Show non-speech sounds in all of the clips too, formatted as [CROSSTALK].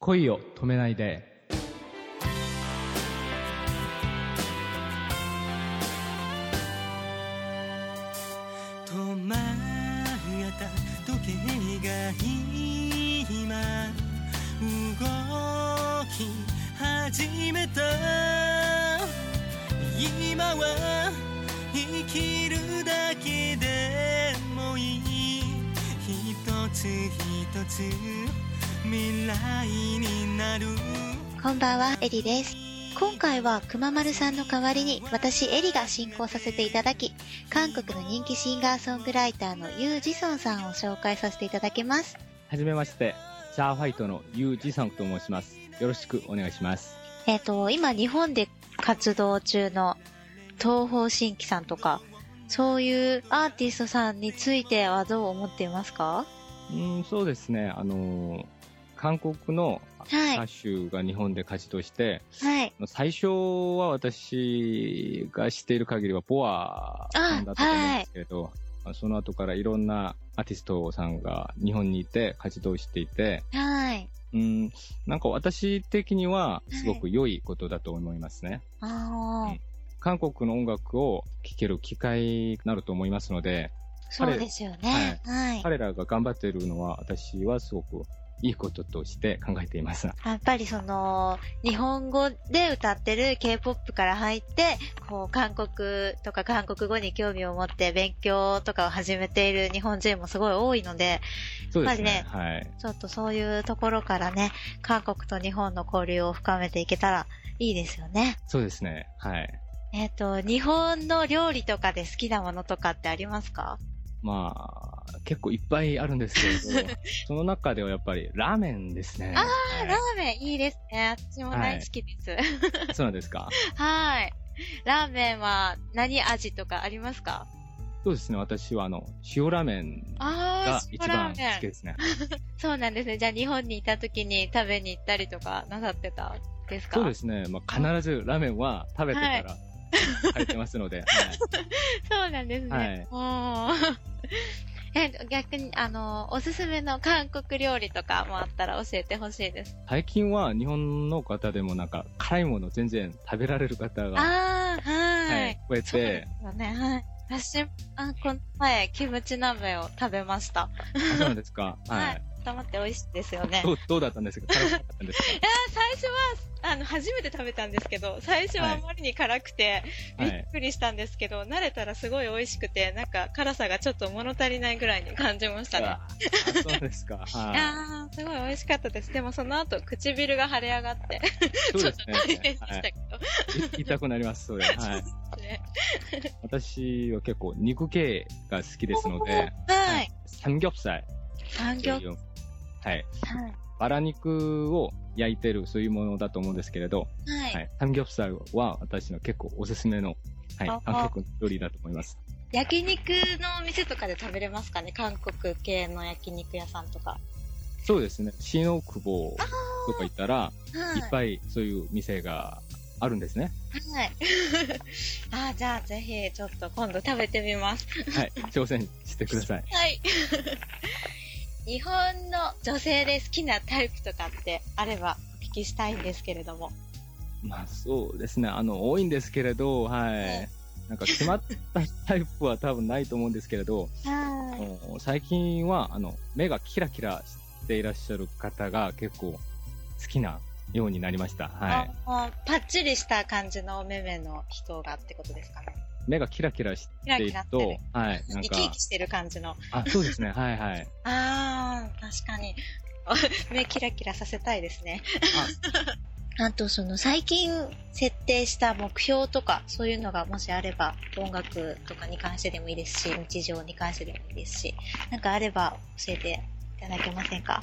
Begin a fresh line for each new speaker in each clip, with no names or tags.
恋を止めないで。
止まった時計が今動き始めた今は生きるだけでもいい一つ一つ未来になる
こんばんは、エリです。今回はくままるさんの代わりに私エリが進行させていただき、韓国の人気シンガーソングライターのユージソンさんを紹介させていただきます。
はじめまして、シャーファイトのユージさんと申します。よろしくお願いします。
えっ、と、今日本で活動中の東方神起さんとか、そういうアーティストさんについてはどう思っていますか
うん、そうですね。あのー韓国の
はい。
歌手が日本で活動して、
はい。
最初は私が知っている限りはボアさんだったと思うんですけれど、その後からいろんなアーティストさんが日本にいて活動していて、
はい。
うん、なんか私的にはすごく良いことだと思いますね。
ああ、
うん韓国の音楽を聴ける機会になると思いますので、
そうですよね。はい。
彼らが頑張っているのは私はすごくいいこととして考えています。
やっぱりその、日本語で歌ってる K-POP から入って、こう、韓国とか韓国語に興味を持って勉強とかを始めている日本人もすごい多いので、
そうですね。
やっ
はい。
ちょっとそういうところからね、韓国と日本の交流を深めていけたらいいですよね。
そうですね。はい。
えっ、と、日本の料理とかで好きなものとかってありますか
まあ、結構いっぱいあるんですけれ
[LAUGHS]
ど、その中ではやっぱりラーメンですね。
あ
はい
ラーメンいいですね。私も大好きです。 [LAUGHS] はい。
そうなんですか。
ラーメンは何味とかありますか
そうですね。私はあの、塩ラーメン
あ
が
あ、
一
塩ラ
番
ー
好
メ
き。
ン
ですね。
そうなんですね。じゃあ日本にいた時に食べに行ったりとかなさってたんですか
そうですね。まあ、必ずラーメンは食べてから入ってますので。はい
そうなんですね。はい、 [LAUGHS] え逆に、あの、おすすめの韓国料理とかもあったら教えてほしいです。
最近は日本の方でもなんか辛いもの全然食べられる方が、
ああ、はい。
はい、増え
そうで
て、
すよね。はい。私、あこの前、キムチ鍋を食べました。
あそうなん
[LAUGHS]
ですか。は
はい
い。
温まって美味しいですよね。
どう、どうだったんですか辛かったんです
[LAUGHS] いやー最初は、あの、初めて食べたんですけど、最初はあまりに辛くて、
か
び
はい
っ。くりしたんですけど、慣れたらすごい美味しくて、なんか辛さがちょっと物足りないぐらいに感じました
う
ね。
わあそうですか。
い
は
やー、すごい美味しかったです。でもその後、唇が腫れ上がって、
い。そうで
ちょっと大
すね
変でし。た
は
け
い。い痛くなります、それ。はい。
どね。
私は結構肉系が好きですので、
はい。。
三玉菜。
産業。はい。
はい。バラ肉を焼いてる、そういうものだと思うんですけれど、
は。
はいい。三玉菜は私の結構おすすめの、はい
あ。
韓国料理だと思います。
焼肉のお店とかで食べれますかね韓国系の焼肉屋さんとか。
そうですね。新大久保とか行ったら、
はい
っぱいそういう店があるん
[LAUGHS]
ですね。
はい。あーじゃあぜひ、ちょっと今度食べてみます。
はい。挑戦してくだ
[LAUGHS]
さい。
はい。日本の女性で好きなタイプとかってあればお聞きしたいんですけれども。
まあそうですね。あの、多いんですけれど、はい。なんか決まったタイプは多分ないと思うんですけれど、あ
は
の最近は、あの、目がキラキラしていらっしゃる方が結構好きなようになりました。はい。
もうパッチリした感じのお目目の人がってことですかね。
目がキラキラし
キラ
てい
キ
る
ラして
と、
る。
はい。な
生
ん
き
か、
生きしてる感じの。
あ、そうですね。はいはい。
ああ、確かに。 [LAUGHS] 目キラキラさせたいですね。 [LAUGHS] あと、その最近設定した目標とか、そういうのがもしあれば、音楽とかに関してでもいいですし、日常に関してでもいいですし、なんかあれば教えていただけませんか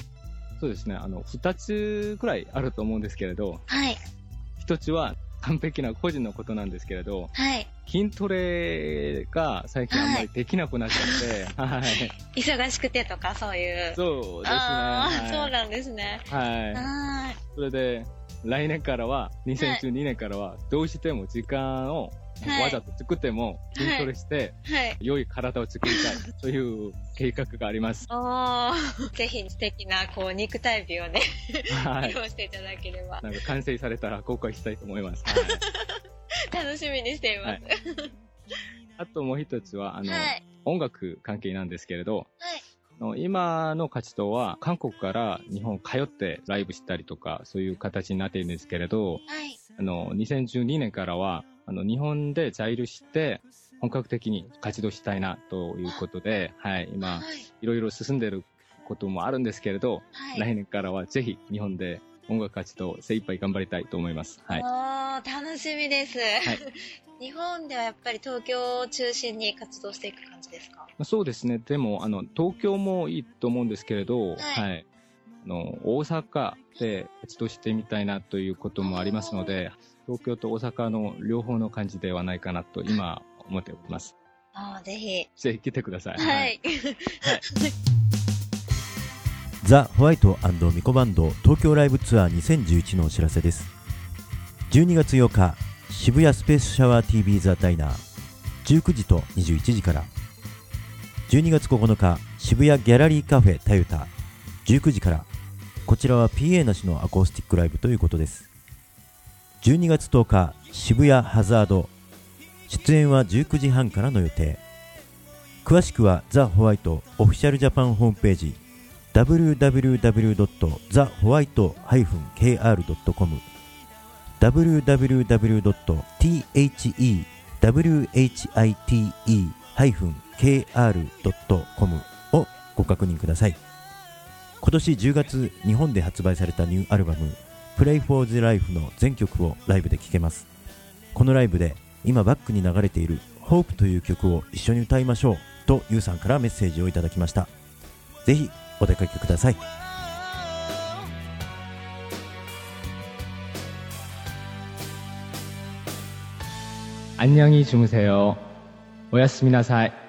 そうですね。あの、二つくらいあると思うんですけれど、
はい、
一つは完璧な個人のことなんですけれど、
はい。
筋トレが最近あんまりできなくなっちゃって、はい。
忙しくてとか、そういう。
そうですね。
ああ、
はい
そうなんですね。
はい。
は
それで、来年からは、2012年からは、どうしても時間を
はい
わざと作っても筋トレして、
はい。
良い体を作りたいという計画があります。
ああ、 [LAUGHS] ぜひ素敵な、こう、肉体美をね、
はい
披。露していただければ、
なんか完成されたら公開したいと思います。はい
楽しみにしています。はい。
あともう一つは、あの、
はい。
音楽関係なんですけれど、あの今の活動は韓国から日本通ってライブしたりとか、そういう形になっているんですけれど、
はい。
あの、2012年からは、あの、日本で在留して、本格的に活動したいなということで、はい、今
は、い。
いろいろ進んでることもあるんですけれど、
はい。
来年からはぜひ日本で音楽活動を精一杯頑張りたいと思います。はい。
ああ、楽しみです。
い
[LAUGHS] 日本ではやっぱり東京を中心に活動していく感じです
ま
か
あそうですね。でも、あの、東京もいいと思うんですけれど、はい。あの、大阪で活動してみたいなということもありますので、東京と大阪の両方の感じではないかなと今思っております。
ああ、ぜひ。
ぜひ来てください。
はい。
ザ・ホワイトミコバンド東京ライブツアー2011のお知らせです12月8日渋谷スペースシャワー TV ザ・ダイナー19時と21時から12月9日渋谷ギャラリーカフェタユタ19時からこちらは PA なしのアコースティックライブということです12月10日渋谷ハザード出演は19時半からの予定詳しくはザ・ホワイトオフィシャルジャパンホームページ www.thewhite-kr.com www.thewhite-kr.com をご確認ください今年10月日本で発売されたニューアルバム「Play for the Life」の全曲をライブで聴けますこのライブで今バックに流れている「Hope」という曲を一緒に歌いましょうと YOU さんからメッセージをいただきましたぜひお出かけください
안녕히주무세요。おやすみなさい。